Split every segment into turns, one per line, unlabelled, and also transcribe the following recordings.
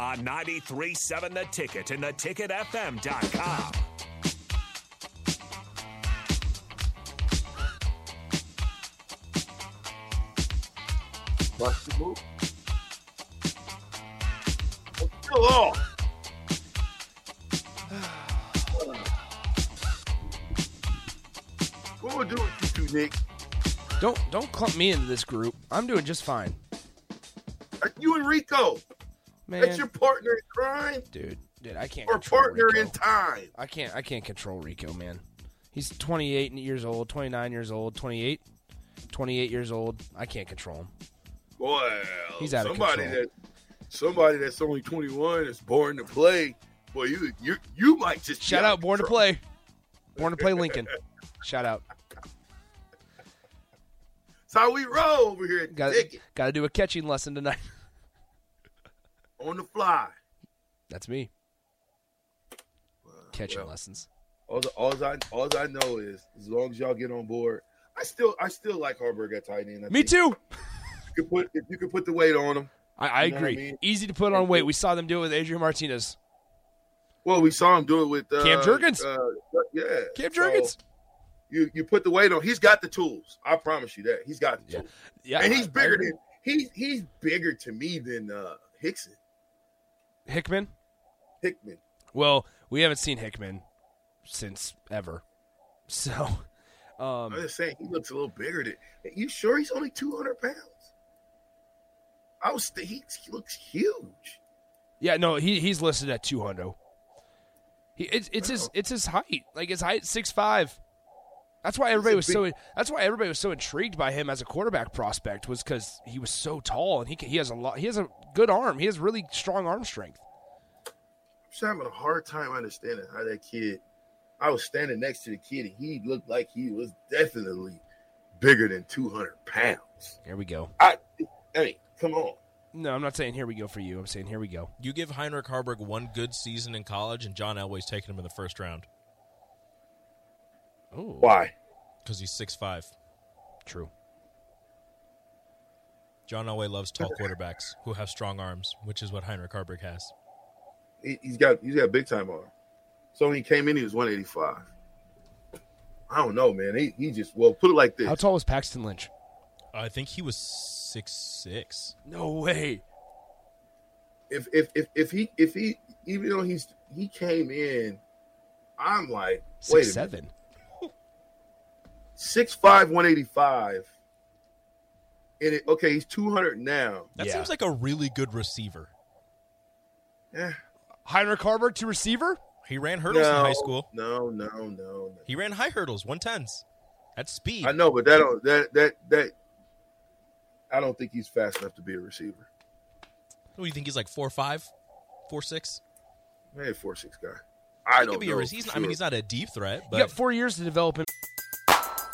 on 93.7 The Ticket and theticketfm.com.
Bust the move. It's still off. What we're doing with you two, Nick?
Don't don't clump me into this group. I'm doing just fine,
Like you and Rico.
man.
That's your partner in crime
dude, dude, I can't.
or
control
partner
Rico.
in time.
I can't. I can't control Rico, man. He's 28 years old, 29 years old, 28, 28 years old. I can't control him.
Well,
He's out of
somebody
control.
that somebody that's only 21 is born to play. Well, you you you might just be
Shout out,
of
born to
control.
play, born to play Lincoln. Shout out.
That's how we roll over here at the
Got
ticket
got to do a catching lesson tonight.
on the fly.
That's me. Catching
well.
lessons.
All, the, all I all I know is as long as y'all get on board, I still I still like Harburg at tight end. I
Me
think
too.
If you, could put, if you could put the weight on him,
I, I
You know what I
agree.
mean?
Easy to put on weight. We saw them do it with Adrian Martinez.
well, we saw him do it with uh,
Cam Jurgens.
Uh, yeah,
Cam
So,
Jurgens.
you you put the weight on. He's got the tools. I promise you that he's got the
Yeah.
tools.
Yeah,
and
I-
he's
I
bigger
agree.
than he's he's bigger to me than uh Hickson
Hickman.
Hickman.
Well, we haven't seen Hickman since ever. So,
I'm
um,
just saying he looks a little bigger than. You sure he's only 200 pounds? I was th- he, he looks huge.
yeah, no, he he's listed at 200. He it's it's his it's his height. Like his height 6'5. That's why everybody
a
was so that's why everybody was so intrigued by him as a quarterback prospect was cuz he was so tall and he can, he has a lot he has a good arm. He has really strong arm strength.
I'm just having a hard time understanding how that kid. I was standing next to the kid and he looked like he was definitely bigger than 200 pounds.
Here we go.
I, I mean, come on.
No, I'm not saying here we go for you. I'm saying here we go.
You give Heinrich Harburg one good season in college, and John Elway's taking him in the first round
Ooh.
Why?
because he's six five.
True.
John Elway loves tall quarterbacks who have strong arms, which is what Heinrich Harburg has.
He, he's got he's got big time arm. So when he came in, he was 185. I don't know, man. He, he just well put it like this.
How tall was Paxton Lynch?
I think he was six six.
No way.
if if if if he if he even though he's he came in, I'm like wait a
6'7.
minute, six five one eighty five, and it, okay he's two hundred now.
That
Yeah.
seems like a really good receiver.
Eh,
Heinrich Harburg to receiver?
He ran hurdles in high school.
No, no, no, no.
He ran high hurdles, one tens, at speed.
I know, but that don't that that that. I don't think he's fast enough to be a receiver.
What do you think? He's like four five, four six.
Maybe four six guy. I
He
don't
could be
know.
a
for
receiver. I mean,
sure.
he's not a deep threat,
you got
but
four years to develop him.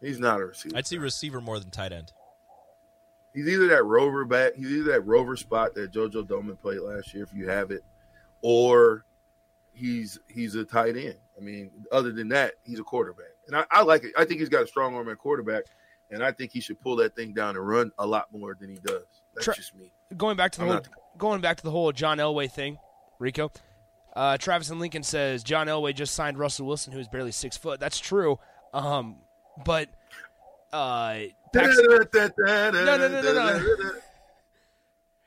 He's not a receiver.
I'd see receiver more than tight end.
He's either that rover back. He's either that rover spot that JoJo Doman played last year, if you have it, or he's he's a tight end. I mean, other than that, he's a quarterback, and I, I like it. I think he's got a strong arm at quarterback, and I think he should pull that thing down and run a lot more than he does. That's
Tra-
just me.
Going back to the
I'm
whole,
not-
going back to the whole John Elway thing, Rico. Uh, Travis and Lincoln says John Elway just signed Russell Wilson, who is barely six foot. That's true, um, but uh, Paxton-
No,
no, no, no,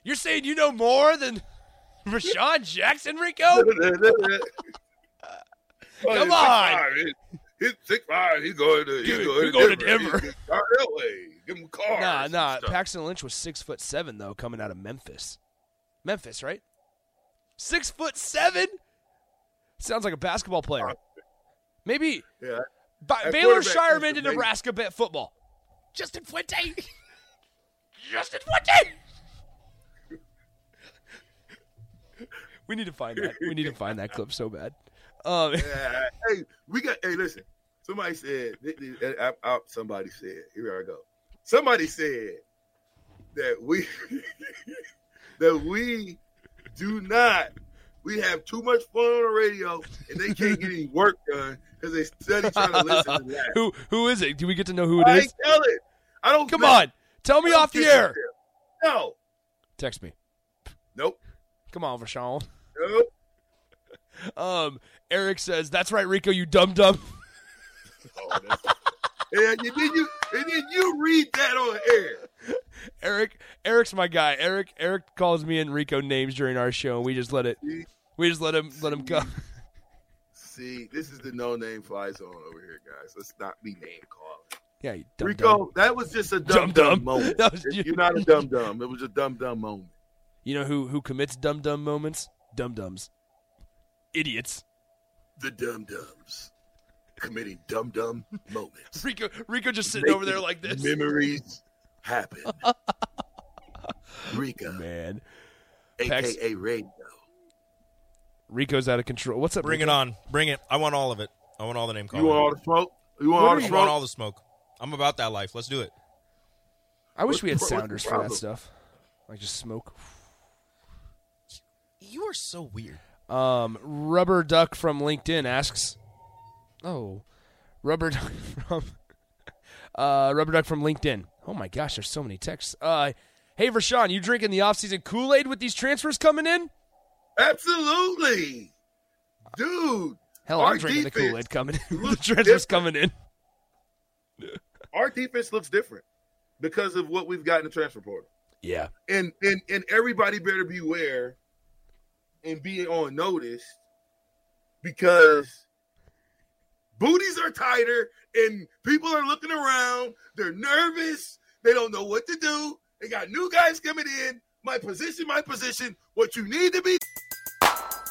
you're saying you know more than Rashawn Jackson, Rico? Come on.
He's six five. He's going to. He's
Dude,
going,
we going to Denver.
He's going that way. Give him a car.
Nah, nah. Paxton Lynch was six foot seven though, coming out of Memphis. Memphis, right? Six foot seven. Sounds like a basketball
Uh,
player. Maybe
yeah.
Ba-
That
Baylor
quarterback
Shireman
used
to
to make-
Nebraska bet football. Justin Fuente. Justin Fuente. we need to find that. We need to find that clip so bad. Um,
Yeah, hey, we got. Hey, listen. Somebody said. th- th- uh, uh, uh, Somebody said. Here I go. Somebody said that we that we do not. We have too much fun on the radio, and they can't get any work done because they study trying to listen to that.
who who is it? Do we get to know who it
I
is?
ain't tell it. I don't.
Come
know.
on, tell me
I don't
off the
get
air.
it. No.
Text me.
Nope.
Come on, Rashawn.
Nope.
Um, Eric says that's right, Rico. You dumb dumb.
Oh, that's- and you- did you and did you read that on air?
Eric, Eric's my guy. Eric, Eric calls me and Rico names during our show, and we just let it. We just let him let him go.
See, this is the no name fly zone over here, guys. Let's not be name calling.
Yeah, you dumb
Rico,
dumb.
that was just a dumb
Dumb dumb.
dumb moment.
That was
If
you.
You're not a dumb dumb. It was a dumb dumb moment.
You know who who commits dumb dumb moments? Dum dums, idiots.
The dumb dumbs committing dumb dumb moments.
Rico, Rico just sitting over there
Making
like this.
Memories happen. Rico,
Man, Pax-
aka Radio.
Rico's out of control. What's up?
Bring it
Rico?
on. Bring it. I want all of it. I want all the name calling.
You want all the smoke? You want
What
all
are
the
you-
I
smoke?
want all the smoke. I'm about that life. Let's do it.
I wish
What-
we had
what- what's the
sounders for that
problem?
stuff. Like just smoke.
You are so weird.
Um, Rubber Duck from LinkedIn asks, "Oh, Rubber Duck from uh, Rubber Duck from LinkedIn. Oh my gosh, there's so many texts. Uh, hey, Rashawn, you drinking the offseason Kool Aid with these transfers coming in?
Absolutely, dude.
Hell,
our
I'm drinking the
defense
Kool Aid coming in. the
looks
transfers
different.
coming in.
Our defense looks different because of what we've got in the transfer portal.
Yeah,
and and and everybody better beware and be on notice because booties are tighter and people are looking around. They're nervous. They don't know what to do. They got new guys coming in. My position, my position. What you need to be.